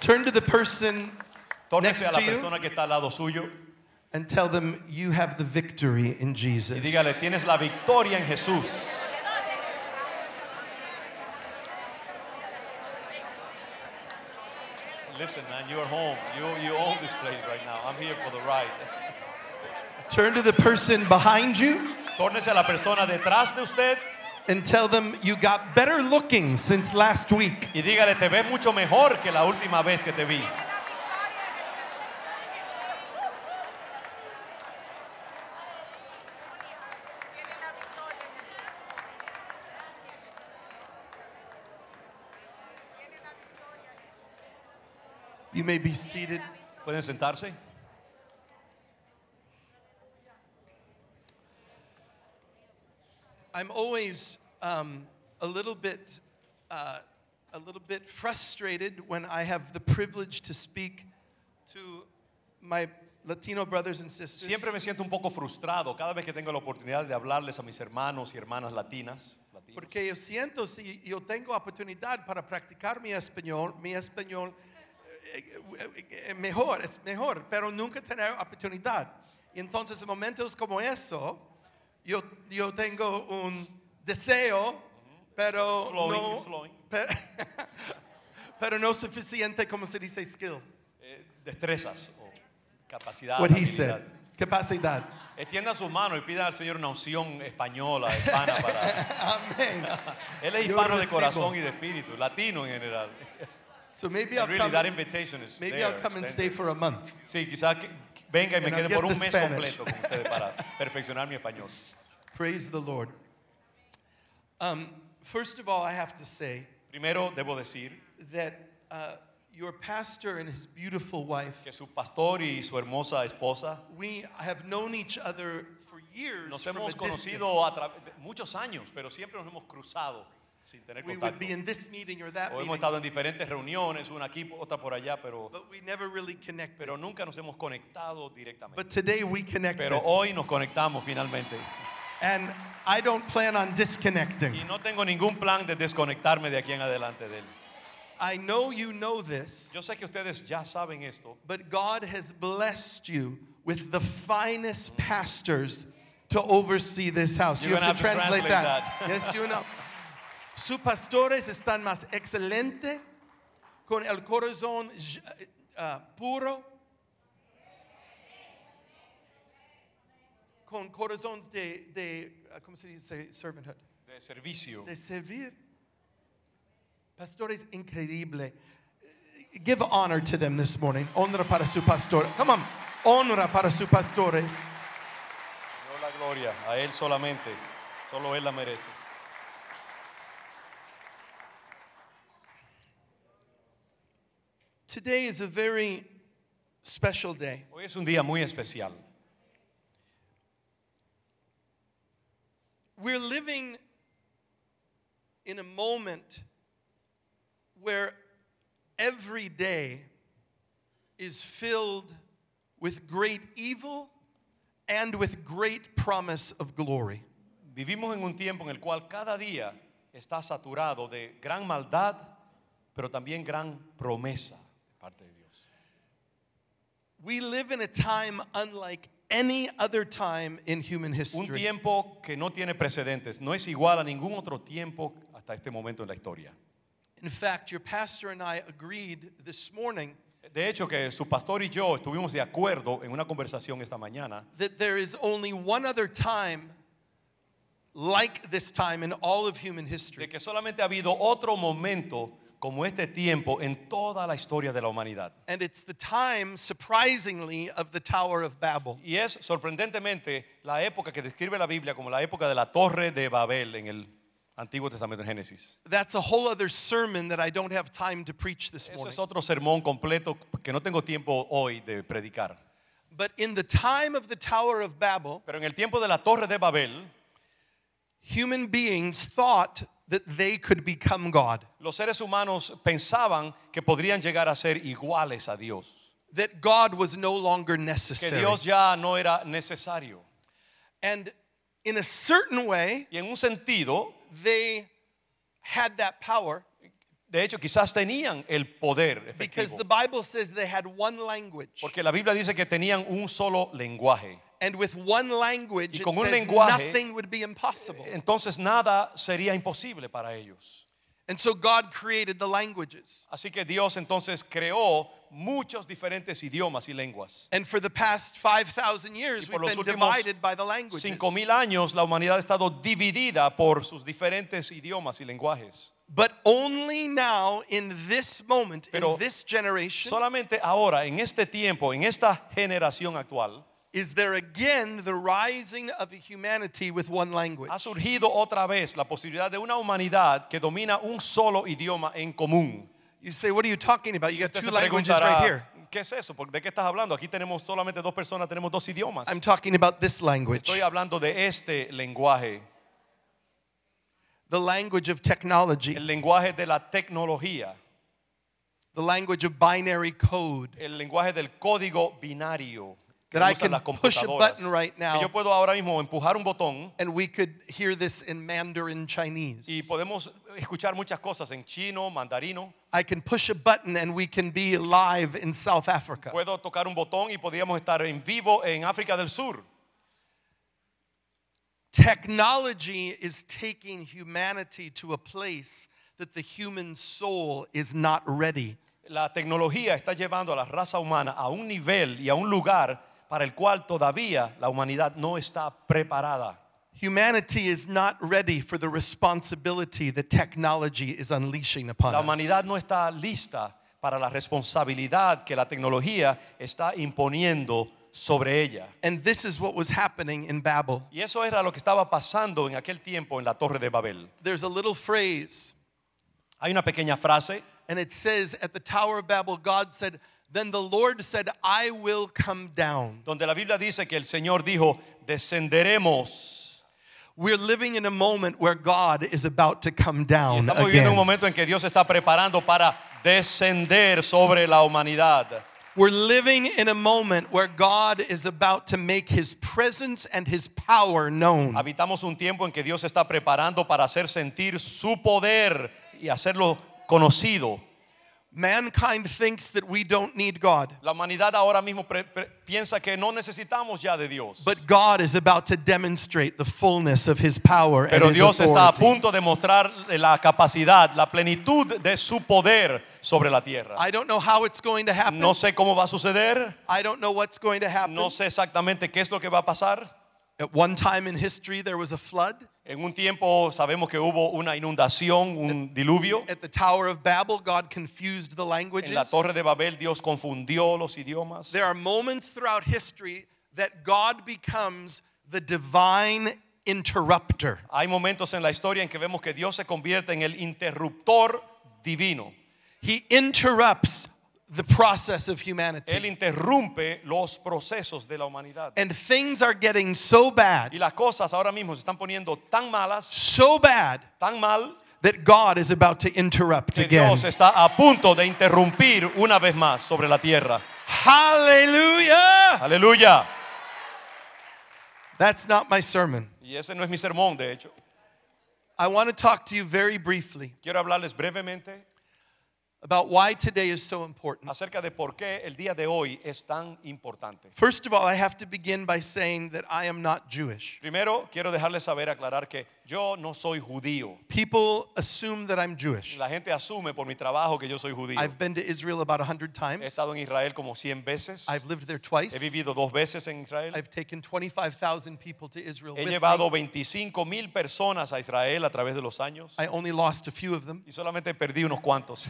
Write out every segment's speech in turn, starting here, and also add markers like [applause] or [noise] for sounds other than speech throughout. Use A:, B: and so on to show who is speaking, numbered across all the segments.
A: Turn to the person
B: Tórnese a
A: next
B: la
A: to you
B: persona que está al lado suyo
A: and tell them you have the victory in Jesus.
B: y dígale, tienes la victoria en Jesús. Listen, man, you're home. You, you own this place right now. I'm here for the ride.
A: Turn to the person behind you
B: Tórnese a la persona detrás de usted
A: and tell them you got better looking since last week.
B: y dígale, te ves mucho mejor que la última vez que te vi.
A: You may be seated.
B: ¿Pueden sentarse?
A: I'm always um, a little bit, uh, a little bit frustrated when I have the privilege to speak to my Latino brothers and sisters.
B: Siempre me siento un poco frustrado cada vez que tengo la oportunidad de hablarles a mis hermanos y hermanas latinas. latinos.
A: Porque yo siento si yo tengo oportunidad para practicar mi español, mi español eh, eh, eh, mejor, es mejor, pero nunca tener oportunidad. Y entonces en momentos como eso, yo, yo tengo un deseo, pero
B: It's flowing,
A: no,
B: it's flowing.
A: pe- [laughs] Pero, no suficiente como se dice skill.
B: Eh, destrezas o capacidad.
A: What he
B: Ah, habilidad.
A: said, capacidad.
B: Extienda su mano y pida al Señor una unción española, hispana
A: [laughs]
B: para.
A: Amén.
B: Él es
A: Yo
B: hispano de
A: recibo.
B: corazón y de espíritu, latino en general.
A: So maybe I'll
B: And really, that
A: come,
B: invitation is
A: maybe
B: there,
A: I'll come and stay
B: extended.
A: for a month.
B: Sí, quizás que- venga y me
A: And I'll
B: quede
A: get
B: por un
A: the
B: mes
A: Spanish.
B: completo con ustedes para
A: [laughs]
B: perfeccionar mi español.
A: Praise the Lord. Um, first of all, I have to say
B: Primero debo decir
A: that uh, your pastor and his beautiful wife,
B: que su pastor y su hermosa esposa
A: we have known each other for years.
B: nos
A: from
B: hemos
A: a distance.
B: conocido a través de muchos años, pero siempre nos hemos cruzado sin tener
A: We would
B: contacto.
A: be in this meeting or that
B: O hemos
A: meeting,
B: estado en diferentes reuniones, una aquí, otra por allá, pero,
A: but we never really connected.
B: pero nunca nos hemos conectado directamente.
A: but today we connected,
B: Pero hoy nos conectamos finalmente.
A: and I don't plan on disconnecting.
B: Y no tengo ningún plan de desconectarme de aquí en adelante de él.
A: I know you know this,
B: Yo sé que ustedes ya saben esto,
A: but God has blessed you with the finest pastors to oversee this house.
B: You're
A: you have to
B: gonna have to
A: translate, that. [laughs]
B: translate
A: yes, you know. Sus pastores están más excelente, con el corazón ll- uh, puro, con corazones de, de uh, ¿cómo se dice? Servanthood.
B: de servicio.
A: De servir. Pastores increíble. Give honor to them this morning. Honra para su pastor. Come on. Honra para su pastores.
B: No la gloria, a él solamente. Solo él la merece.
A: Today is a very special day.
B: Hoy es un día muy especial.
A: We're living in a moment where every day is filled with great evil and with great promise of glory.
B: Vivimos en un tiempo en el cual cada día está saturado de gran maldad, pero también gran promesa de parte de Dios.
A: We live in a time unlike any other time in human
B: Un
A: history.
B: tiempo que no tiene precedentes, no es igual a ningún otro tiempo hasta este momento en la historia.
A: In fact, your pastor and I agreed this morning
B: De hecho, que su pastor y yo estuvimos de acuerdo en una conversación esta mañana
A: that there is only one other time like this time in all of human
B: de
A: history.
B: que solamente ha habido otro momento como este tiempo en toda la historia de la humanidad.
A: And it's the time, surprisingly, of the Tower of Babel.
B: Y es sorprendentemente la época que describe la Biblia como la época de la torre de Babel en el Antiguo Testamento en Génesis.
A: That's a whole other sermon that I don't have time to preach this
B: Eso
A: morning.
B: es otro sermón completo que no tengo tiempo hoy de predicar.
A: But in the time of the Tower of Babel,
B: Pero en el tiempo de la torre de Babel,
A: human beings thought that they could become God.
B: los seres humanos pensaban que podrían llegar a ser iguales a Dios,
A: that God was no longer
B: que
A: necessary.
B: Dios ya no era necesario.
A: and in a certain way,
B: Y en un sentido,
A: they had that power,
B: De hecho, quizás tenían el poder
A: because
B: efectivo.
A: the Bible says they had one language.
B: Porque la Biblia dice que tenían un solo lenguaje.
A: And with one language,
B: Y
A: it
B: con un
A: says
B: lenguaje-
A: nothing would be impossible.
B: Entonces nada sería imposible para ellos.
A: And so God created the languages.
B: Así que Dios entonces creó muchos diferentes idiomas y lenguas.
A: And for the past 5,000 years,
B: Y por
A: we've
B: los
A: been
B: últimos
A: divided by the languages.
B: 5.000 años la humanidad ha estado dividida por sus diferentes idiomas y lenguajes.
A: But only now, in this moment,
B: Pero
A: in this generation,
B: Solamente ahora, en este tiempo, en esta generación actual,
A: is there again the rising of a humanity with one language.
B: ha surgido otra vez la posibilidad de una humanidad que domina un solo idioma en común.
A: You say, What are you talking about? You got
B: Usted
A: two
B: se
A: languages right here.
B: preguntará, ¿qué es eso? ¿Por- ¿De qué estás hablando? Aquí tenemos solamente dos personas, tenemos dos idiomas.
A: I'm talking about this language
B: Estoy hablando de este lenguaje,
A: the language of technology,
B: el lenguaje de la tecnología,
A: the language of binary code.
B: el lenguaje del código binario. Que
A: That I
B: usan
A: can
B: las
A: push a
B: computadoras.
A: button right now.
B: Que yo puedo ahora mismo empujar un botón
A: And we could hear this in Mandarin Chinese.
B: y podemos escuchar muchas cosas en chino, mandarino.
A: I can push a button and we can be live in South Africa.
B: Puedo tocar un botón y podríamos estar en vivo en África del Sur.
A: Technology is taking humanity to a place that the human soul is not ready.
B: La tecnología está llevando a la raza humana a un nivel y a un lugar para el cual todavía la humanidad no está preparada.
A: Humanity is not ready for the responsibility that technology is unleashing upon
B: La
A: us.
B: humanidad no está lista para la responsabilidad que la tecnología está imponiendo sobre ella.
A: And this is what was happening in Babel.
B: Y eso era lo que estaba pasando en aquel tiempo en la Torre de Babel.
A: There's a little phrase,
B: Hay una pequeña frase
A: and it says, At the Tower of Babel, God said, Then the Lord said, I will come down.
B: donde la Biblia dice que el Señor dijo, descenderemos.
A: We're living in a moment where God is about to come
B: Y
A: down
B: estamos viviendo
A: again.
B: un momento en que Dios está preparando para descender sobre la humanidad.
A: We're living in a moment where God is about to make his presence and his power known.
B: Habitamos un tiempo en que Dios está preparando para hacer sentir su poder y hacerlo conocido.
A: Mankind thinks that we don't need God,
B: La humanidad ahora mismo pre- pre- piensa que no necesitamos ya de Dios.
A: but God is about to demonstrate the fullness of his power and
B: pero
A: his
B: Dios está a
A: authority.
B: punto de mostrar la capacidad, la plenitud de su poder sobre la tierra.
A: I don't know how it's going to happen.
B: No sé cómo va a suceder,
A: I don't know what's going to happen.
B: no sé exactamente qué es lo que va a pasar.
A: At one time in history, there was a flood.
B: En un tiempo sabemos que hubo una inundación, un diluvio.
A: At the Tower of Babel, God confused the languages.
B: En la torre de Babel Dios confundió los idiomas.
A: There are moments throughout history that God becomes the divine interrupter.
B: Hay momentos en la historia en que vemos que Dios se convierte en el interruptor divino.
A: He interrupts the process of
B: Él
A: humanity.
B: interrumpe los procesos de la humanidad.
A: And things are getting so
B: Y
A: bad,
B: las cosas ahora mismo se están poniendo tan malas,
A: so bad,
B: tan mal,
A: that God is about to interrupt
B: que
A: again.
B: Dios está a punto de interrumpir una vez más sobre la tierra.
A: Hallelujah!
B: Aleluya.
A: That's not my sermon.
B: Y ese no es mi sermón, de hecho.
A: I want to talk to you very briefly
B: Quiero hablarles brevemente
A: about why today is so important.
B: acerca de por qué el día de hoy es tan importante.
A: First of all, I have to begin by saying that I am not Jewish.
B: Primero, quiero dejarles saber, aclarar que yo no soy judío.
A: People assume that I'm Jewish.
B: La gente asume por mi trabajo que yo soy judío.
A: I've been to Israel about 100
B: He
A: times.
B: estado en Israel como 100 veces.
A: I've lived there
B: He
A: twice.
B: vivido dos veces en Israel.
A: I've taken 25,000 people to Israel
B: He
A: with me.
B: llevado 25 mil personas a Israel a través de los años.
A: I only lost a few of them.
B: Y solamente perdí unos cuantos.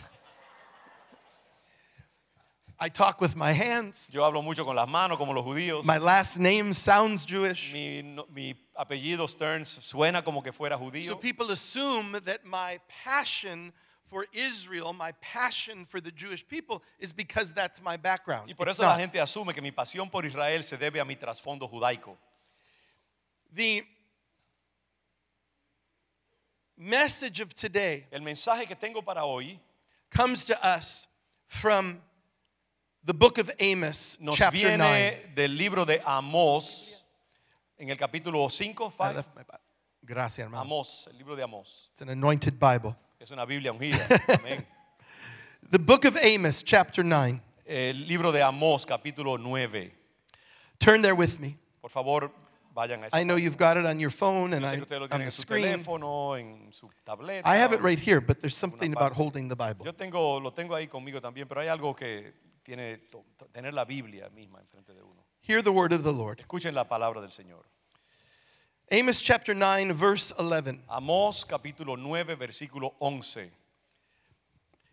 A: I talk with my hands.
B: Yo hablo mucho con las manos, como los judíos.
A: My last name sounds Jewish.
B: Mi, no- mi apellido Stearns suena como que fuera
A: So
B: judío.
A: people assume that my passion for Israel, my passion for the Jewish people, is because that's my background.
B: Y por
A: It's
B: eso la
A: not.
B: gente asume que mi pasión por Israel se debe a mi trasfondo judaico.
A: The message of today
B: El mensaje que tengo para hoy
A: comes to us from the book of Amos,
B: nos
A: chapter 9.
B: viene del libro de Amós, en el capítulo 5,
A: I left my Bible. Gracias, hermano.
B: Amós, el libro de Amós.
A: It's an anointed Bible.
B: Es una
A: [laughs]
B: Biblia ungida. Amén.
A: The book of Amos, chapter 9.
B: El libro de Amós, capítulo 9.
A: Turn there with me.
B: Por favor, vayan a ese.
A: I know you've got it on your phone and
B: Yo sé
A: I,
B: que ustedes lo
A: on
B: tienen
A: the
B: en su
A: screen.
B: teléfono, en su tableta.
A: I have it right here, but there's something
B: Una
A: about
B: parte.
A: holding the Bible.
B: Yo tengo, lo tengo ahí conmigo también, pero hay algo que tiene to- to- tener la Biblia misma enfrente de uno.
A: Hear the word of the Lord.
B: Escuchen la palabra del Señor.
A: Amos chapter 9, verse 11.
B: Amós capítulo 9, versículo 11.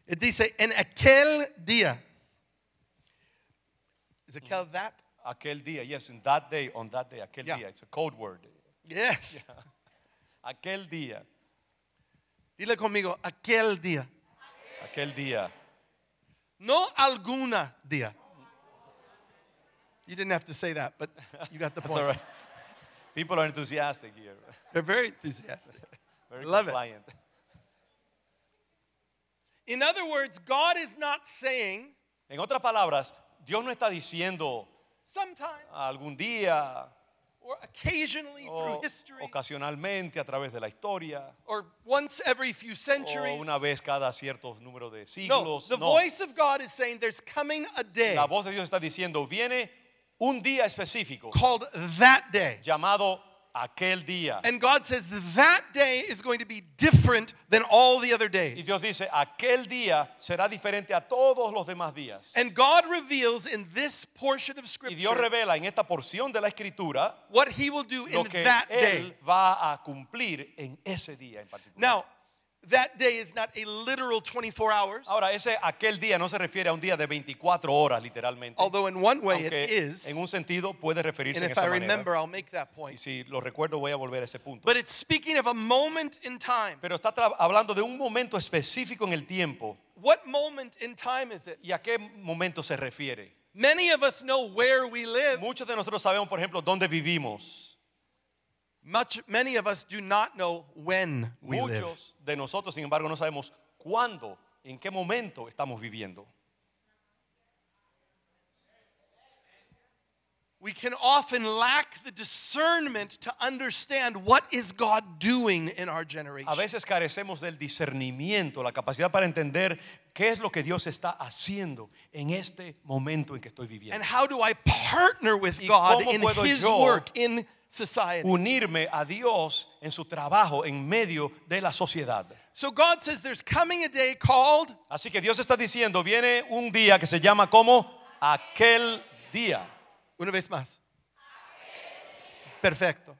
A: It dice, en aquel día. Is aquel that?
B: Aquel día, yes, in that day, on that day, aquel
A: Yeah.
B: día. It's a code word.
A: Yes.
B: Aquel día,
A: Dile conmigo, aquel día.
B: aquel día.
A: No alguna día. You didn't have to say that, but you got the
B: That's all
A: point.
B: right. People are enthusiastic here.
A: They're very enthusiastic.
B: Very
A: Love it.
B: compliant.
A: In other words, God is not saying
B: En otras palabras, Dios no está diciendo
A: sometime
B: algún día
A: or occasionally
B: o
A: through history
B: ocasionalmente a través de la historia
A: or once every few
B: o
A: centuries.
B: oh, una vez cada cierto número de
A: No,
B: siglos.
A: the
B: no.
A: voice of God is saying there's coming a day
B: La voz de Dios está diciendo, viene un día específico
A: called that day.
B: llamado aquel día.
A: And God says that day is going to be different than all the other
B: Y
A: days.
B: Dios dice, aquel día será diferente a todos los demás días.
A: And God reveals in this portion of
B: Y Dios
A: Scripture
B: revela en esta porción de la escritura
A: what He will do
B: lo
A: in
B: que
A: that day.
B: Él va a cumplir en ese día en particular.
A: Now, that day is not a literal 24 hours,
B: Ahora, ese aquel día no se refiere a un día de 24 horas literalmente.
A: although in one way Oh, it
B: aunque
A: is.
B: en un sentido puede referirse
A: And
B: en
A: if I
B: esa manera.
A: remember, I'll make that
B: Y
A: point.
B: si lo recuerdo voy a volver a ese punto.
A: But it's speaking of a moment in time.
B: Pero está tra- hablando de un momento específico en el tiempo.
A: What moment in time is it?
B: ¿Y a qué momento se refiere?
A: Many of us know where we live.
B: Muchos de nosotros sabemos, por ejemplo, dónde vivimos.
A: Much, many of us do not know when we live.
B: Muchos de nosotros, sin embargo, no sabemos cuándo, en qué momento estamos viviendo.
A: We can often lack the discernment to understand what is God doing in our generation.
B: A veces carecemos del discernimiento, la capacidad para entender qué es lo que Dios está haciendo en este momento en que estoy
A: And
B: viviendo.
A: how do I partner with
B: ¿Y
A: God
B: cómo
A: in
B: puedo
A: His
B: yo
A: work in society?
B: Unirme a Dios en su trabajo en medio de la sociedad.
A: So God says there's coming a day called
B: Así que Dios está diciendo, viene un día que se llama como aquel día.
A: una vez más. Perfecto.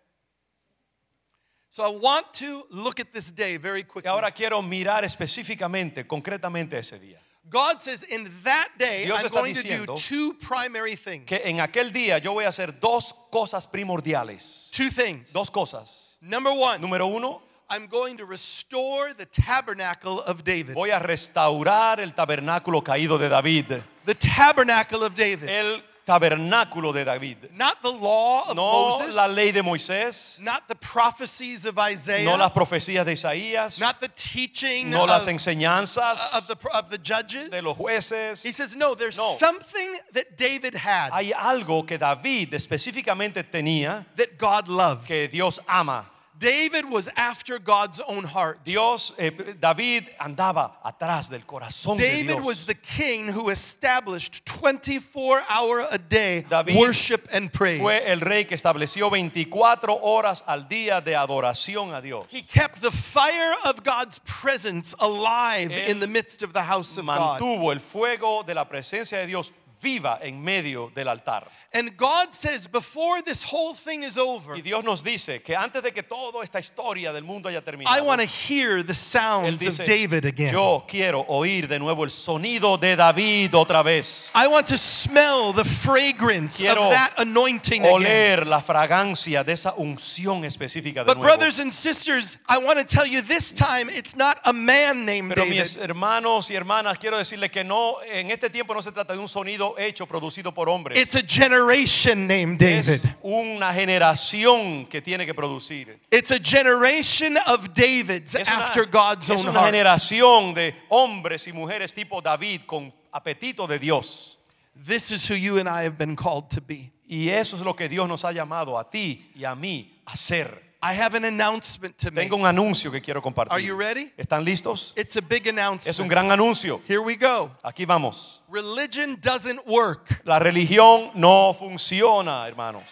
A: So I want to look at this day very
B: Y
A: quickly.
B: ahora quiero mirar específicamente, concretamente ese día.
A: God says in that day
B: Dios
A: I'm
B: está
A: going to do
B: diciendo
A: two primary things.
B: Que en aquel día yo voy a hacer dos cosas primordiales.
A: Two things.
B: Dos cosas.
A: Number 1,
B: Número uno,
A: I'm going to restore the tabernacle of David.
B: voy a restaurar el tabernáculo caído de David.
A: The tabernacle of David.
B: El tabernáculo de David.
A: Not the law of
B: No
A: Moses.
B: la ley de Moisés,
A: Not the prophecies of Isaiah.
B: no las profecías de Isaías,
A: not the teaching
B: no las
A: of, of
B: enseñanzas
A: the of the judges.
B: de los
A: He
B: jueces.
A: says, no, there's
B: No.
A: something that David had
B: Hay algo que David específicamente tenía
A: that God loved.
B: que Dios ama.
A: David was after God's own heart.
B: Dios, eh, David andaba atrás del corazón de
A: David
B: Dios.
A: was the king who established 24 hour a day
B: David
A: worship and praise.
B: Fue el rey que estableció 24 horas al día de adoración a Dios.
A: He kept the fire of God's presence alive
B: Él
A: in the midst of the house of God.
B: Mantuvo el fuego de la presencia de Dios viva en medio del altar.
A: And God says, before this whole thing is over,
B: Y Dios nos dice que antes de que toda esta historia del mundo haya
A: I
B: terminado,
A: want to hear the
B: él
A: sounds
B: dice,
A: of David again.
B: yo quiero oír de nuevo el sonido de David otra vez.
A: I want to smell the fragrance
B: Quiero
A: of that anointing again.
B: Oler la fragancia de esa unción específica de
A: But
B: nuevo.
A: brothers and sisters, I want to tell you this time it's not a man named
B: Pero
A: David.
B: mis hermanos y hermanas, quiero decirles que no, en este tiempo no se trata de un sonido hecho, producido por hombres.
A: It's a generation named
B: es
A: David.
B: una generación que tiene que producir.
A: It's a generation of Davids
B: Es una,
A: after God's
B: es
A: own
B: una
A: heart.
B: generación de hombres y mujeres tipo David con apetito de Dios.
A: This is who you and I have been called to be.
B: Y eso es lo que Dios nos ha llamado a ti y a mí a ser.
A: I have an announcement to make.
B: Tengo un anuncio que quiero
A: Are you
B: compartir.
A: ready?
B: ¿Están listos?
A: It's a big announcement.
B: Es un gran anuncio.
A: Here we go.
B: Aquí vamos.
A: Religion doesn't work.
B: La religión no funciona, hermanos.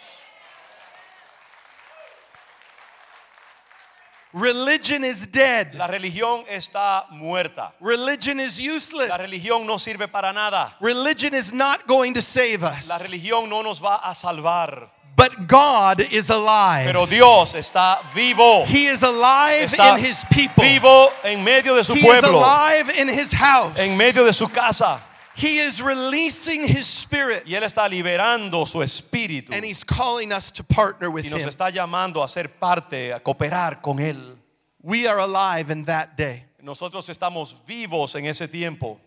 A: Religion is dead.
B: La religión está muerta.
A: Religion is useless.
B: La religión no sirve para nada.
A: Religion is not going to save us.
B: La religión no nos va a salvar.
A: But God is alive.
B: Pero Dios está vivo.
A: he is alive
B: Está
A: in his people.
B: vivo en medio de su
A: he is
B: pueblo,
A: alive in his house.
B: en medio de su casa.
A: he is releasing his spirit
B: Y Él está liberando su espíritu
A: and he's calling us to partner with
B: y nos
A: him.
B: está llamando a ser parte, a cooperar con Él.
A: We are alive in that day.
B: Nosotros estamos vivos en ese tiempo.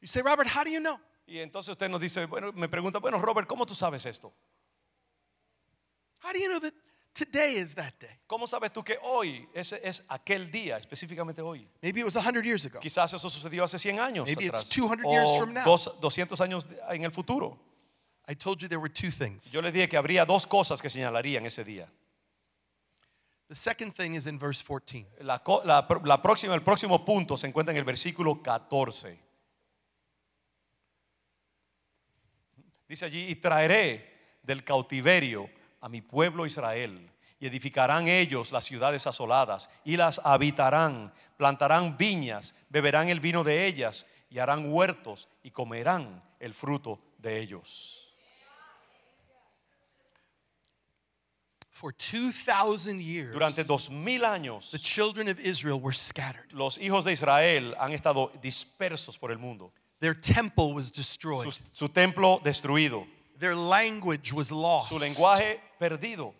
A: You say, Robert, how do you know?
B: Y entonces usted nos dice, bueno, me pregunta, bueno, Robert, ¿cómo tú sabes esto?
A: How do you know that today is that day?
B: ¿Cómo sabes tú que hoy ese es aquel día, específicamente hoy?
A: Maybe it was 100 years ago.
B: Quizás eso sucedió hace 100 años
A: Maybe it's
B: atrás,
A: 200
B: o
A: years from now.
B: dos- 200 años en el futuro.
A: I told you there were two things.
B: Yo le dije que habría dos cosas que señalarían ese día.
A: The second thing is in verse 14.
B: La, co- la pr- la próxima, el próximo punto se encuentra en el versículo 14. Dice allí, y traeré del cautiverio a mi pueblo Israel, y edificarán ellos las ciudades asoladas, y las habitarán, plantarán viñas, beberán el vino de ellas, y harán huertos, y comerán el fruto de ellos.
A: For 2,000 years,
B: Durante dos mil
A: the
B: años,
A: children of Israel were scattered.
B: los hijos de Israel han estado dispersos por el mundo.
A: Their temple was destroyed.
B: su, su templo destruido,
A: Their language was lost.
B: su lenguaje perdido.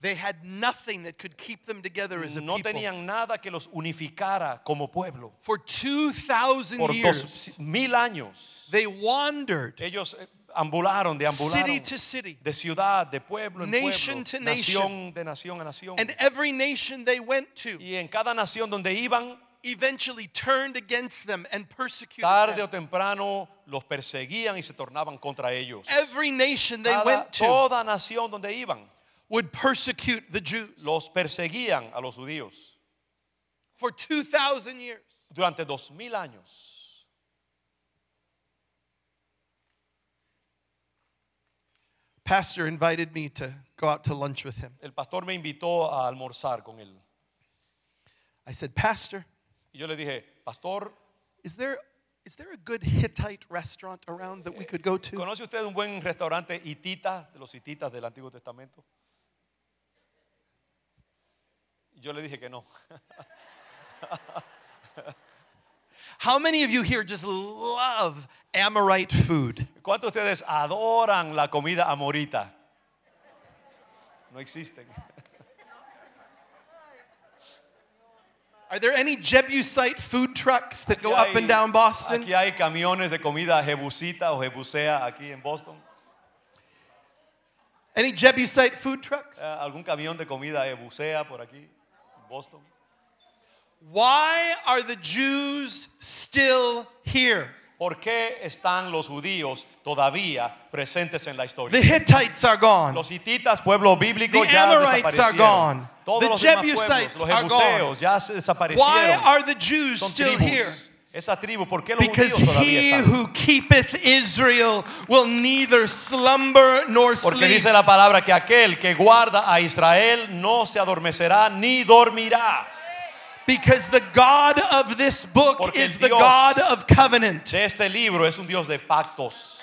A: They had nothing that could keep them together as a
B: No
A: people.
B: tenían nada que los unificara como pueblo.
A: For 2,000
B: Por
A: years,
B: dos mil años,
A: they wandered
B: ellos eh, ambularon,
A: city
B: deambularon
A: to city.
B: de ciudad, de pueblo en
A: Nation
B: pueblo,
A: to nation.
B: nación de nación a nación.
A: And every nation they went to
B: Y en cada nación donde iban,
A: eventually turned against them and persecuted
B: tarde o
A: them.
B: temprano los perseguían y se tornaban contra ellos.
A: Every nation they
B: Cada-
A: went to
B: toda nación donde iban,
A: would persecute the Jews.
B: los perseguían a los judíos
A: for 2,000 years.
B: durante dos mil años.
A: Pastor invited me to go out to lunch with him.
B: El pastor me invitó a almorzar con él.
A: I said, Pastor,
B: Y yo le dije, pastor,
A: is there, is there a good Hittite restaurant around that we could go to?
B: ¿conoce usted un buen restaurante hitita, de los hititas del Antiguo Testamento? Y yo le dije que no.
A: How many of you here just love Amorite food?
B: ¿Cuántos de ustedes adoran la comida amorita? No existen.
A: Are there any Jebusite food trucks that go
B: Aquí
A: up
B: hay-
A: and down Boston?
B: Aquí hay camiones de comida jebusita o jebusea aquí en Boston.
A: Any Jebusite food trucks?
B: Eh, ¿Algún camión de comida jebusea por aquí en Boston?
A: Why are the Jews still here?
B: ¿Por qué están los judíos todavía presentes en la historia?
A: The Hittites are gone.
B: Los hititas, pueblo bíblico,
A: The
B: ya
A: Amorites are
B: desaparecieron.
A: gone.
B: Todos
A: The
B: los demás
A: Jebusites
B: pueblos, los
A: are
B: jebuseos, ya se
A: Why
B: desaparecieron.
A: are the Jews
B: Son
A: still
B: tribus.
A: here?
B: Esa tribu, ¿por qué los
A: Because
B: judíos todavía
A: he
B: están?
A: who keepeth Israel will neither slumber nor
B: Porque
A: sleep.
B: dice la palabra que aquel que guarda a Israel no se adormecerá ni dormirá.
A: Because the God of this book
B: Porque
A: is the
B: Dios-
A: God of covenant.
B: De este libro es un Dios de pactos.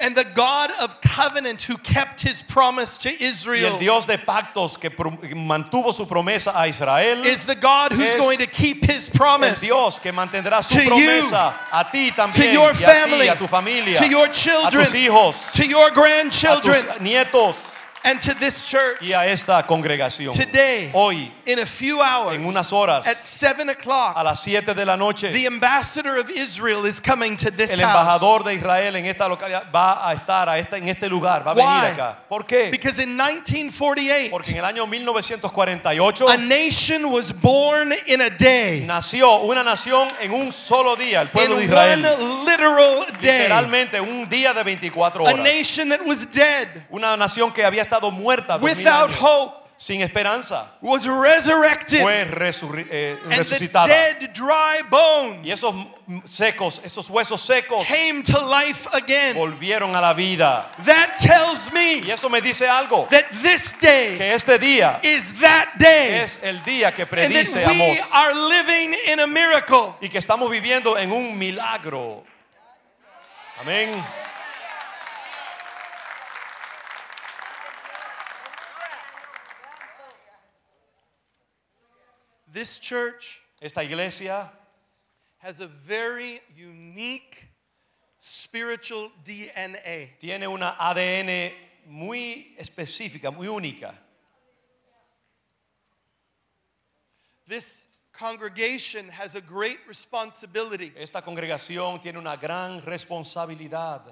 A: And the God of covenant who kept his promise to
B: Y el
A: Israel
B: Dios de pactos que prom- mantuvo su promesa a Israel
A: is the God who's
B: es
A: going to keep his
B: el
A: promise
B: Dios que mantendrá su
A: to you,
B: promesa a ti
A: to
B: también,
A: your
B: y a ti,
A: family,
B: a tu familia,
A: to your
B: a
A: children,
B: tus hijos,
A: to your
B: a
A: grandchildren,
B: tus nietos.
A: and to this church.
B: y a esta congregación.
A: Today,
B: hoy,
A: in a few hours,
B: En unas horas.
A: at 7 o'clock,
B: a las 7 de la noche,
A: The ambassador of Israel is coming to this
B: el
A: house.
B: embajador de Israel en esta localidad va a estar a esta, en este lugar, va a
A: Why?
B: venir acá. ¿Por qué?
A: Because in
B: Porque
A: 1948,
B: en el año 1948
A: a nation was born in a day.
B: nació una nación en un solo día, el
A: In
B: pueblo
A: one
B: de Israel.
A: literal day.
B: Literalmente un día de 24
A: A
B: horas.
A: nation that was dead,
B: Una nación que había estado muerta dos mil
A: without
B: años,
A: hope,
B: sin esperanza,
A: was resurrected.
B: fue resurri- eh,
A: and the
B: resucitada.
A: dead, dry bones
B: Y esos m- secos, esos huesos secos
A: came to life again.
B: volvieron a la vida.
A: That tells
B: Y
A: me
B: eso me dice algo,
A: that this day
B: que este día
A: is that day.
B: es el día que
A: And
B: predice
A: that we
B: Amós
A: are living in a miracle.
B: y que estamos viviendo en un milagro. Amén.
A: This church
B: Esta iglesia
A: has a very unique spiritual DNA.
B: tiene una ADN muy específica, muy única.
A: This congregation has a great responsibility.
B: Esta congregación tiene una gran responsabilidad.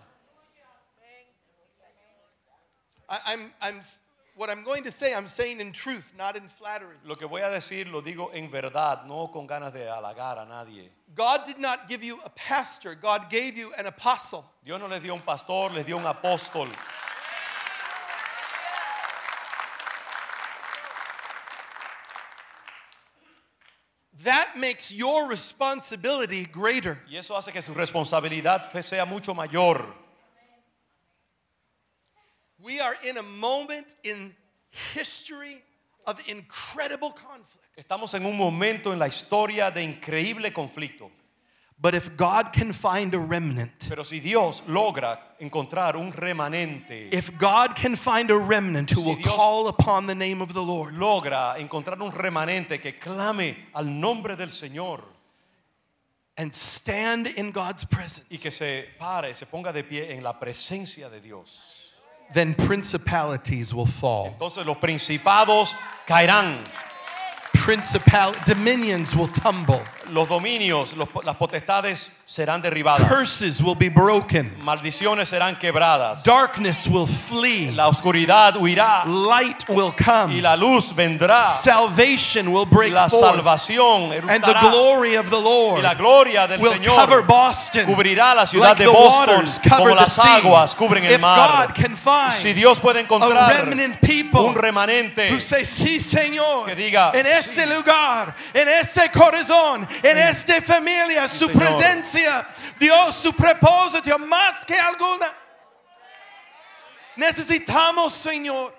A: I, I'm, I'm, s- what I'm going to say, I'm saying in truth, not in flattery.
B: Lo que voy a decir lo digo en verdad, no con ganas de halagar a nadie.
A: God did not give you a pastor, God gave you an apostle.
B: Dios no les dio un pastor, les dio un apóstol.
A: That makes your responsibility greater.
B: Y eso hace que su responsabilidad fe- sea mucho mayor.
A: We are in a moment in history of incredible conflict.
B: Estamos en un momento en la historia de increíble conflicto.
A: But if God can find a remnant,
B: Pero si Dios logra encontrar un remanente,
A: if God can find a remnant who
B: Si
A: will
B: Dios-
A: call upon the name of the Lord,
B: logra encontrar un remanente que clame al nombre del Señor
A: and stand in God's
B: y que
A: presence,
B: se pare, se ponga de pie en la presencia de Dios,
A: then principalities will fall.
B: entonces los principados caerán,
A: Principal dominions will tumble.
B: los dominios, los po- las potestades serán derribadas,
A: Curses will be broken.
B: maldiciones serán quebradas,
A: Darkness will flee.
B: la oscuridad huirá
A: Light will
B: y
A: come.
B: la luz vendrá,
A: Salvation will break
B: la
A: forth.
B: salvación
A: And the
B: eructará
A: glory of the
B: y la
A: Lord
B: gloria del
A: will cover
B: Señor
A: Boston.
B: cubrirá la ciudad
A: Like
B: de
A: the
B: Boston
A: waters
B: como
A: cover the
B: las
A: sea.
B: aguas cubren el
A: If
B: mar.
A: God can find
B: Si Dios puede
A: a
B: encontrar
A: remnant people
B: un remanente
A: who say sí Señor
B: Que diga,
A: en ese
B: "Sí".
A: lugar en ese corazón en esta familia su
B: Señor.
A: presencia Dios su propósito más que alguna necesitamos Señor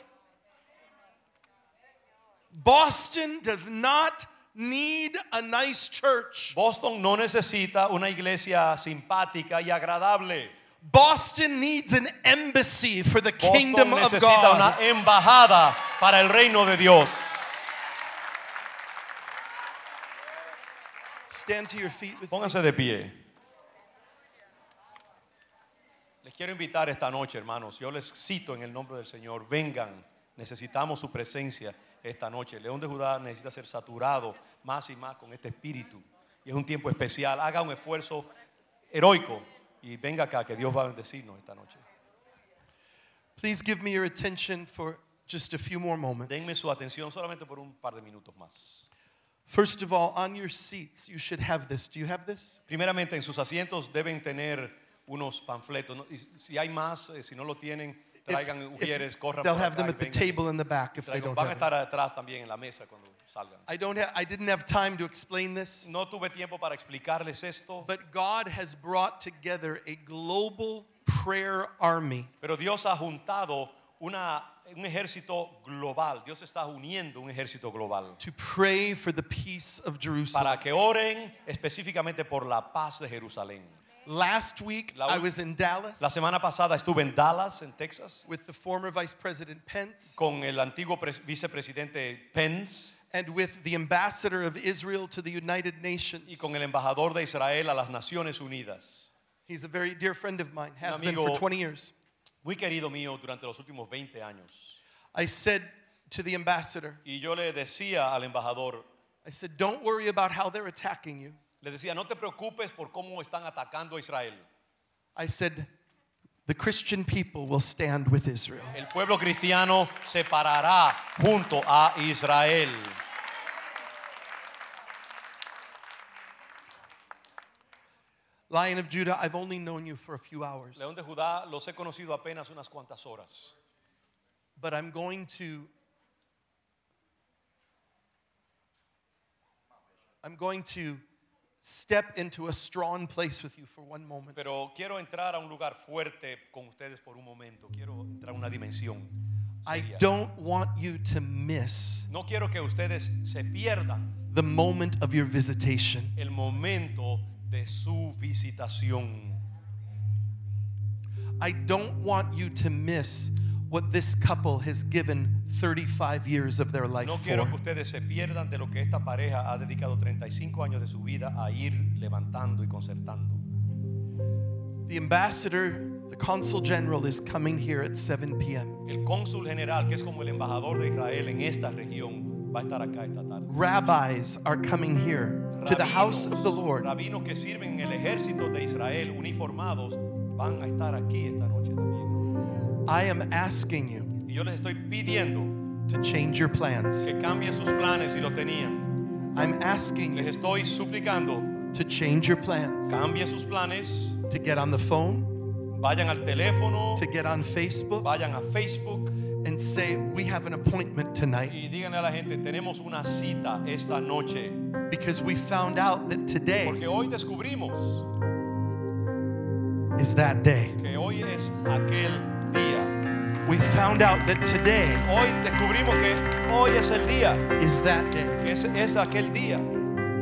A: Boston does not need a nice church
B: Boston no necesita una iglesia simpática y agradable.
A: Boston needs an embassy for the
B: Boston
A: kingdom of
B: necesita
A: God
B: una embajada para el reino de Dios.
A: stand to your feet with
B: Pónganse de pie. Les quiero invitar esta noche, hermanos. Yo les cito en el nombre del Señor. Vengan, necesitamos su presencia esta noche. El León de Judá necesita ser saturado más y más con este espíritu. Y es un tiempo especial. Haga un esfuerzo heroico y venga acá, que Dios va a bendecirnos esta noche.
A: Please give me your attention for just a few more
B: Denme
A: moments.
B: su atención solamente por un par de minutos más.
A: First of all, on your seats, you should have this. Do you have this?
B: Primeramente, en sus asientos deben tener unos panfletos. ¿no? Y si hay más, eh, si no lo tienen, traigan ujieres, corran.
A: they'll
B: por
A: have
B: acá
A: them
B: y
A: at the
B: vengan.
A: table in the back if they
B: Traigan.
A: don't
B: Van a
A: have it.
B: estar atrás también en la mesa cuando salgan.
A: I don't have, I didn't have time to explain this,
B: No tuve tiempo para explicarles esto,
A: but God has brought together a global prayer army
B: pero Dios ha juntado una- un ejército global. Dios está uniendo un ejército global
A: to pray for the peace of Jerusalem.
B: para que oren específicamente por la paz de Jerusalén.
A: Last week,
B: La
A: I
B: ul-
A: was in Dallas
B: La semana pasada estuve en Dallas, en Texas.
A: with the former Vice President Pence
B: con el antiguo pres- vicepresidente Pence
A: and with the ambassador of Israel to the United
B: y
A: Nations.
B: con el embajador de Israel a las Naciones Unidas.
A: He's a very dear friend of mine, has been for
B: amigo.
A: 20 years.
B: Muy querido mío durante los últimos 20 años.
A: I said to the ambassador,
B: Y yo le decía al embajador,
A: I said, don't worry about how they're attacking you.
B: le decía, no te preocupes por cómo están atacando a Israel.
A: I said, the Christian people will stand with Israel.
B: El pueblo cristiano se parará junto a Israel.
A: Lion of Judah, I've only known you for a few hours,
B: León de Judá los he conocido apenas unas cuantas horas,
A: but I'm going to I'm going to step into a strong place with you for one moment.
B: Pero quiero entrar a un lugar fuerte con ustedes por un momento. Quiero entrar a una dimensión.
A: I
B: seria.
A: don't want you to miss
B: No quiero que ustedes se pierdan
A: the moment of your visitation.
B: el momento de su visitación.
A: I don't want you to miss what this couple has given 35 years of their life
B: No quiero
A: for.
B: que ustedes se pierdan de lo que esta pareja ha dedicado 35 años de su vida a ir levantando y concertando.
A: The ambassador, the consul general, is coming here at 7 p.m.
B: El cónsul general, que es como el embajador de Israel en esta región, va a estar acá esta tarde.
A: Rabbis are coming here to the house of the
B: Rabinos,
A: Lord.
B: Rabinos que sirven en el ejército de Israel uniformados van a estar aquí esta noche también.
A: I am asking you
B: Y yo les estoy pidiendo
A: to change your plans.
B: que cambien sus planes si los tenían.
A: I'm asking
B: Les
A: you
B: estoy suplicando,
A: to change your plans.
B: cambien sus planes,
A: To get on the phone,
B: vayan al teléfono,
A: to get on Facebook,
B: vayan a Facebook
A: and say, We have an appointment tonight
B: y díganle a la gente, tenemos una cita esta noche.
A: because we found out that today
B: Porque hoy descubrimos
A: is that day.
B: que hoy es aquel día.
A: We found out that today
B: Hoy descubrimos que hoy es el día,
A: is that day.
B: que es, es aquel día.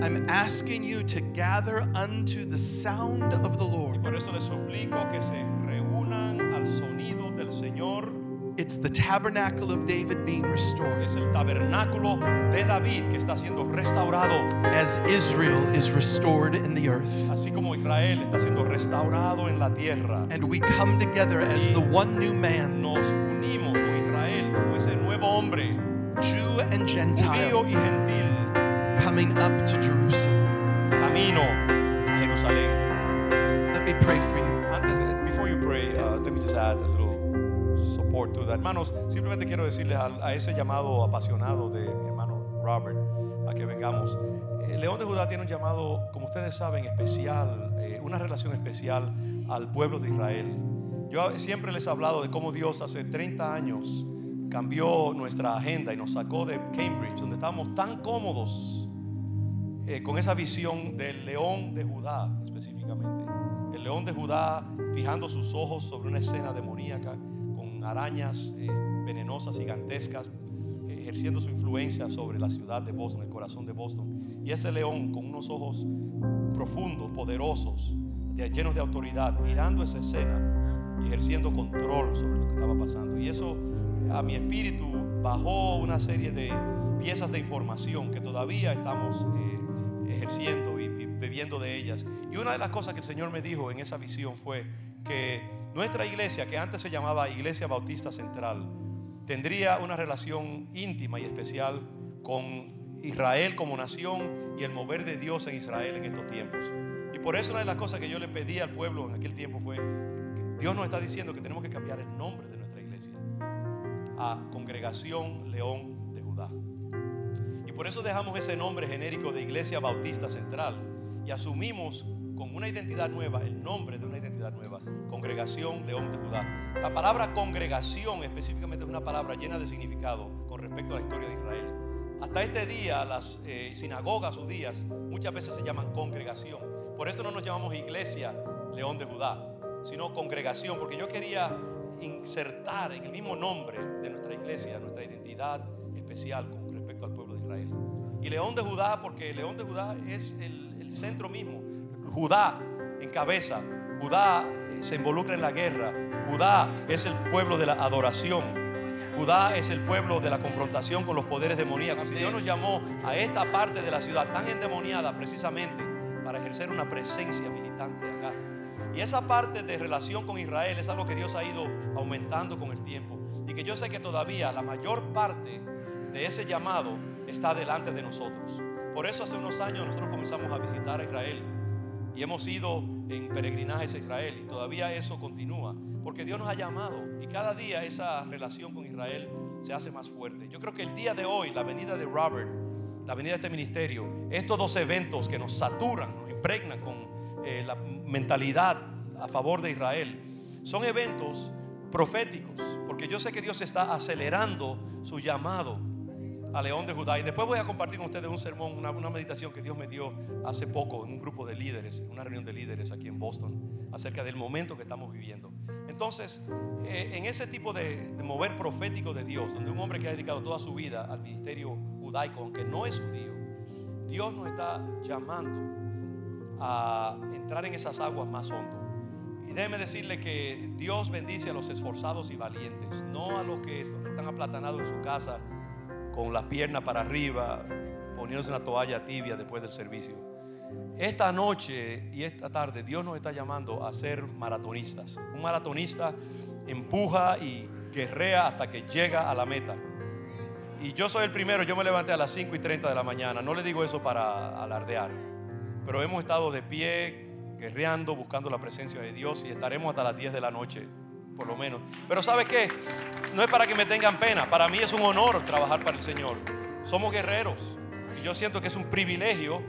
A: I'm asking you to gather unto the sound of the
B: Y
A: Lord.
B: por eso les suplico que se reúnan al sonido del Señor.
A: It's the tabernacle of David being restored
B: Es el tabernáculo de David que está siendo restaurado,
A: as Israel is restored in the earth.
B: así como Israel está siendo restaurado en la tierra.
A: And we come together as the one new man,
B: Nos unimos con Israel como ese nuevo hombre,
A: Jew and Gentile,
B: judío y gentil,
A: coming up to Jerusalem.
B: camino a Jerusalén.
A: Let me pray for you.
B: Antes, de- before you pray, uh, let me just add a little support to that. Hermanos, simplemente quiero decirles al- a, ese llamado apasionado de mi hermano Robert a que vengamos. Eh, León de Judá tiene un llamado, como ustedes saben, especial, eh, una relación especial al pueblo de Israel. Yo siempre les he hablado de cómo Dios hace 30 años cambió nuestra agenda y nos sacó de Cambridge, donde estábamos tan cómodos eh, con esa visión del león de Judá específicamente. El león de Judá fijando sus ojos sobre una escena demoníaca con arañas eh, venenosas gigantescas eh, ejerciendo su influencia sobre la ciudad de Boston, el corazón de Boston. Y ese león con unos ojos profundos, poderosos, de- llenos de autoridad, mirando esa escena y ejerciendo control sobre lo que estaba pasando. Y eso a mi espíritu bajó una serie de piezas de información que todavía estamos eh, ejerciendo y, y bebiendo de ellas. Y una de las cosas que el Señor me dijo en esa visión fue que nuestra iglesia, que antes se llamaba Iglesia Bautista Central, tendría una relación íntima y especial con Israel como nación y el mover de Dios en Israel en estos tiempos. Y por eso una de las cosas que yo le pedí al pueblo en aquel tiempo fue, que Dios nos está diciendo que tenemos que cambiar el nombre de nuestra iglesia a Congregación León de Judá. Y por eso dejamos ese nombre genérico de Iglesia Bautista Central y asumimos con una identidad nueva, el nombre de una identidad nueva, Congregación León de Judá. La palabra congregación específicamente es una palabra llena de significado con respecto a la historia de Israel. Hasta este día las eh, sinagogas judías muchas veces se llaman congregación. Por eso no nos llamamos iglesia León de Judá, sino congregación, porque yo quería insertar en el mismo nombre de nuestra iglesia nuestra identidad especial con respecto al pueblo de Israel. Y León de Judá, porque León de Judá es el, el centro mismo. Judá encabeza, Judá eh, se involucra en la guerra, Judá es el pueblo de la adoración, Judá es el pueblo de la confrontación con los poderes demoníacos. Y Dios nos llamó a esta parte de la ciudad tan endemoniada precisamente para ejercer una presencia militante acá. Y esa parte de relación con Israel es algo que Dios ha ido aumentando con el tiempo. Y que yo sé que todavía la mayor parte de ese llamado está delante de nosotros. Por eso hace unos años nosotros comenzamos a visitar a Israel. Y hemos ido en peregrinajes a Israel. Y todavía eso continúa. Porque Dios nos ha llamado. Y cada día esa relación con Israel se hace más fuerte. Yo creo que el día de hoy, la venida de Robert la venida de este ministerio, estos dos eventos que nos saturan, nos impregnan con eh, la mentalidad a favor de Israel, son eventos proféticos, porque yo sé que Dios está acelerando su llamado a León de Judá. Y después voy a compartir con ustedes un sermón, una, una meditación que Dios me dio hace poco en un grupo de líderes, en una reunión de líderes aquí en Boston, acerca del momento que estamos viviendo. Entonces, eh, en ese tipo de, de mover profético de Dios, donde un hombre que ha dedicado toda su vida al ministerio judaico, aunque no es judío, Dios nos está llamando a entrar en esas aguas más hondo. Y déjeme decirle que Dios bendice a los esforzados y valientes, no a los que están aplatanados en su casa con la pierna para arriba, poniéndose una toalla tibia después del servicio. Esta noche y esta tarde Dios nos está llamando a ser maratonistas. Un maratonista empuja y guerrea hasta que llega a la meta. Y yo soy el primero, yo me levanté a las 5 y 30 de la mañana. No le digo eso para alardear, pero hemos estado de pie, guerreando, buscando la presencia de Dios y estaremos hasta las 10 de la noche, por lo menos. Pero ¿sabes qué? No es para que me tengan pena, para mí es un honor trabajar para el Señor. Somos guerreros y yo siento que es un privilegio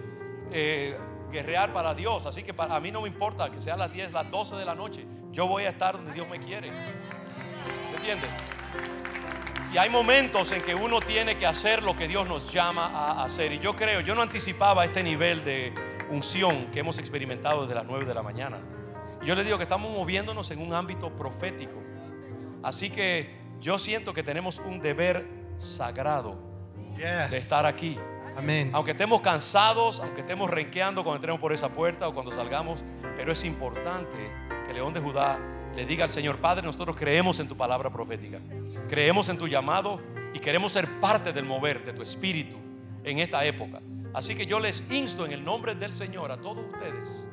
B: eh, guerrear para Dios. Así que para, a mí no me importa que sea las 10, las 12 de la noche. Yo voy a estar donde Dios me quiere. ¿Me entiendes? Y hay momentos en que uno tiene que hacer lo que Dios nos llama a hacer. Y yo creo, yo no anticipaba este nivel de unción que hemos experimentado desde las 9 de la mañana. Y yo les digo que estamos moviéndonos en un ámbito profético. Así que yo siento que tenemos un deber sagrado
A: Yes.
B: de estar aquí.
A: Amén.
B: Aunque estemos cansados, aunque estemos renqueando cuando entremos por esa puerta o cuando salgamos, pero es importante que León de Judá le diga al Señor, Padre, nosotros creemos en tu palabra profética, creemos en tu llamado y queremos ser parte del mover de tu espíritu en esta época. Así que yo les insto en el nombre del Señor a todos ustedes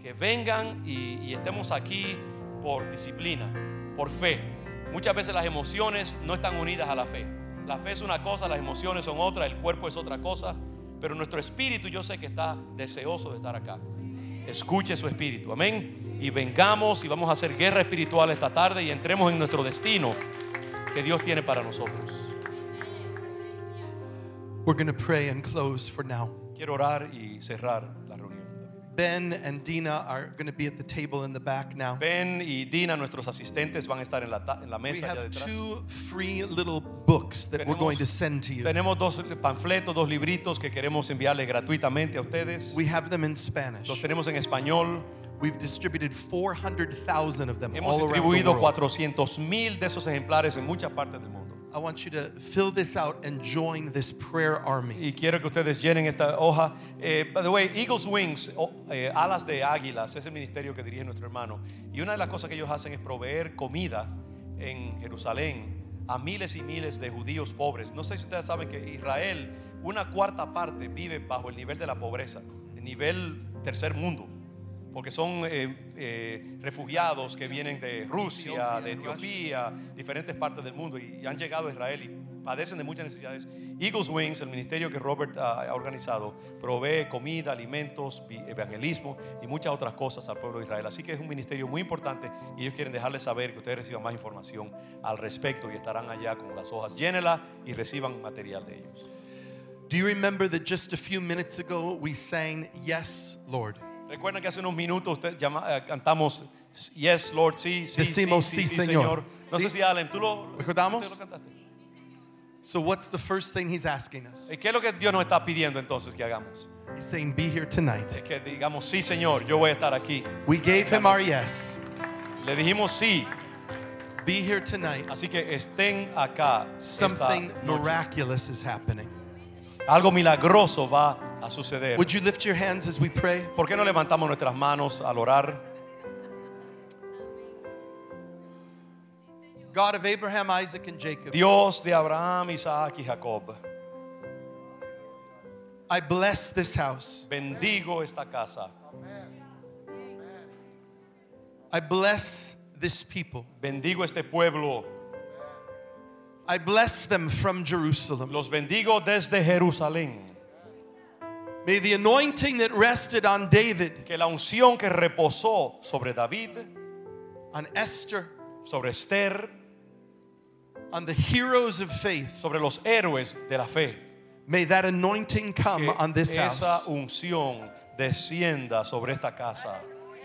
B: que vengan y, y estemos aquí por disciplina, por fe. Muchas veces las emociones no están unidas a la fe. La fe es una cosa, las emociones son otra, el cuerpo es otra cosa, pero nuestro espíritu yo sé que está deseoso de estar acá. Escuche su espíritu, amén. Y vengamos y vamos a hacer guerra espiritual esta tarde y entremos en nuestro destino que Dios tiene para nosotros.
A: We're going to pray and close for now.
B: Quiero orar y cerrar la reunión.
A: Ben and Dina are going to be at the table in the back now.
B: Ben y Dina, nuestros asistentes, van a estar en la, ta- en la
A: We
B: mesa allá
A: have
B: detrás.
A: two free little books that we're
B: Tenemos-
A: going to send to you.
B: Tenemos dos panfletos, dos libritos que queremos enviarles gratuitamente a ustedes.
A: We have them in
B: Los
A: Spanish.
B: tenemos en español.
A: We've distributed 400,000 of them
B: Hemos
A: all around the
B: distribuido
A: world.
B: 400 mil de esos ejemplares en muchas partes del mundo.
A: I want you to fill this out and join this prayer army.
B: Y quiero que ustedes llenen esta hoja. Eh, by the way, Eagles Wings, o, eh, Alas de Águilas, es el ministerio que dirige nuestro hermano. Y una de las cosas que ellos hacen es proveer comida en Jerusalén a miles y miles de judíos pobres. No sé si ustedes saben que Israel, una cuarta parte vive bajo el nivel de la pobreza, el nivel tercer mundo, porque son eh, eh, refugiados que vienen de Rusia, de Etiopía, diferentes partes del mundo y, y han llegado a Israel y padecen de muchas necesidades. Eagles Wings, el ministerio que Robert ah, ha organizado, provee comida, alimentos, vi- evangelismo y muchas otras cosas al pueblo de Israel. Así que es un ministerio muy importante y ellos quieren dejarles saber que ustedes reciban más información al respecto y estarán allá con las hojas. Llénela y reciban material de ellos.
A: Do you remember that just a few minutes ago we sang, Yes, Lord?
B: Recuerden que hace unos minutos usted llama- eh, cantamos Yes, Lord, sí, sí,
A: Decimos, "Sí, Señor".
B: No sé
A: ¿Sí?
B: si Allen, ¿tú lo
A: ¿Recordamos?
B: usted lo cantaste?
A: So, what's the first thing he's asking us?
B: Eh, ¿Qué es lo que Dios nos está pidiendo entonces que hagamos?
A: He's saying, Be here tonight.
B: Es que digamos, sí, Señor, yo voy a estar aquí.
A: We gave him our yes.
B: Le dijimos sí,
A: Be here tonight.
B: así que estén acá. esta
A: Something
B: noche.
A: miraculous is happening.
B: Algo milagroso va a suceder.
A: Would you lift your hands as we pray?
B: ¿Por qué no levantamos nuestras manos al orar?
A: God of Abraham, Isaac, and Jacob,
B: Dios de Abraham, Isaac y Jacob,
A: I bless this house.
B: bendigo esta casa,
A: I bless this people.
B: bendigo este pueblo.
A: I bless them from Jerusalem.
B: Los bendigo desde Jerusalén.
A: May the anointing that rested on David,
B: Que la unción que reposó sobre David,
A: on Esther,
B: sobre Esther,
A: on the heroes of faith,
B: sobre los héroes de la fe,
A: may that anointing come
B: que
A: on this
B: esa
A: house.
B: unción descienda sobre esta casa.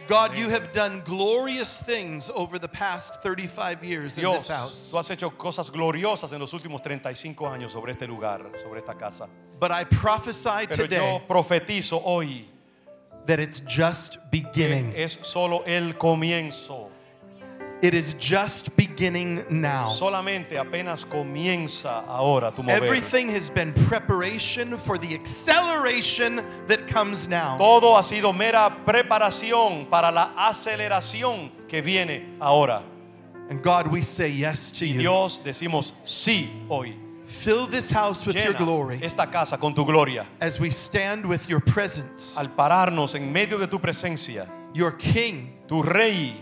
A: God, you have done glorious things over the past 35 years in this
B: Dios,
A: house.
B: tú has hecho cosas gloriosas en los últimos 35 años sobre este lugar, sobre esta casa.
A: But I prophesy
B: Pero
A: today
B: yo profetizo hoy
A: that it's just
B: que
A: beginning.
B: es solo el comienzo.
A: It is just beginning now.
B: Solamente apenas comienza ahora tu mover.
A: Everything has been preparation for the acceleration that comes now.
B: Todo ha sido mera preparación para la aceleración que viene ahora.
A: And God, we say yes to
B: Y
A: you.
B: Dios decimos sí hoy.
A: Fill this house with your
B: Llena
A: glory
B: esta casa con tu gloria.
A: as we stand with your presence.
B: Al pararnos en medio de tu presencia,
A: Your king,
B: tu rey,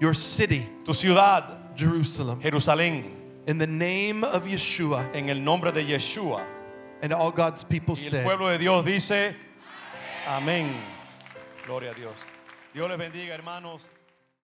A: your city,
B: tu ciudad,
A: Jerusalem.
B: Jerusalén,
A: In the name of Yeshua
B: en el nombre de Yeshua.
A: and all God's people
B: Y el
A: said.
B: pueblo de Dios dice, amén. Gloria a Dios. Dios les bendiga, hermanos.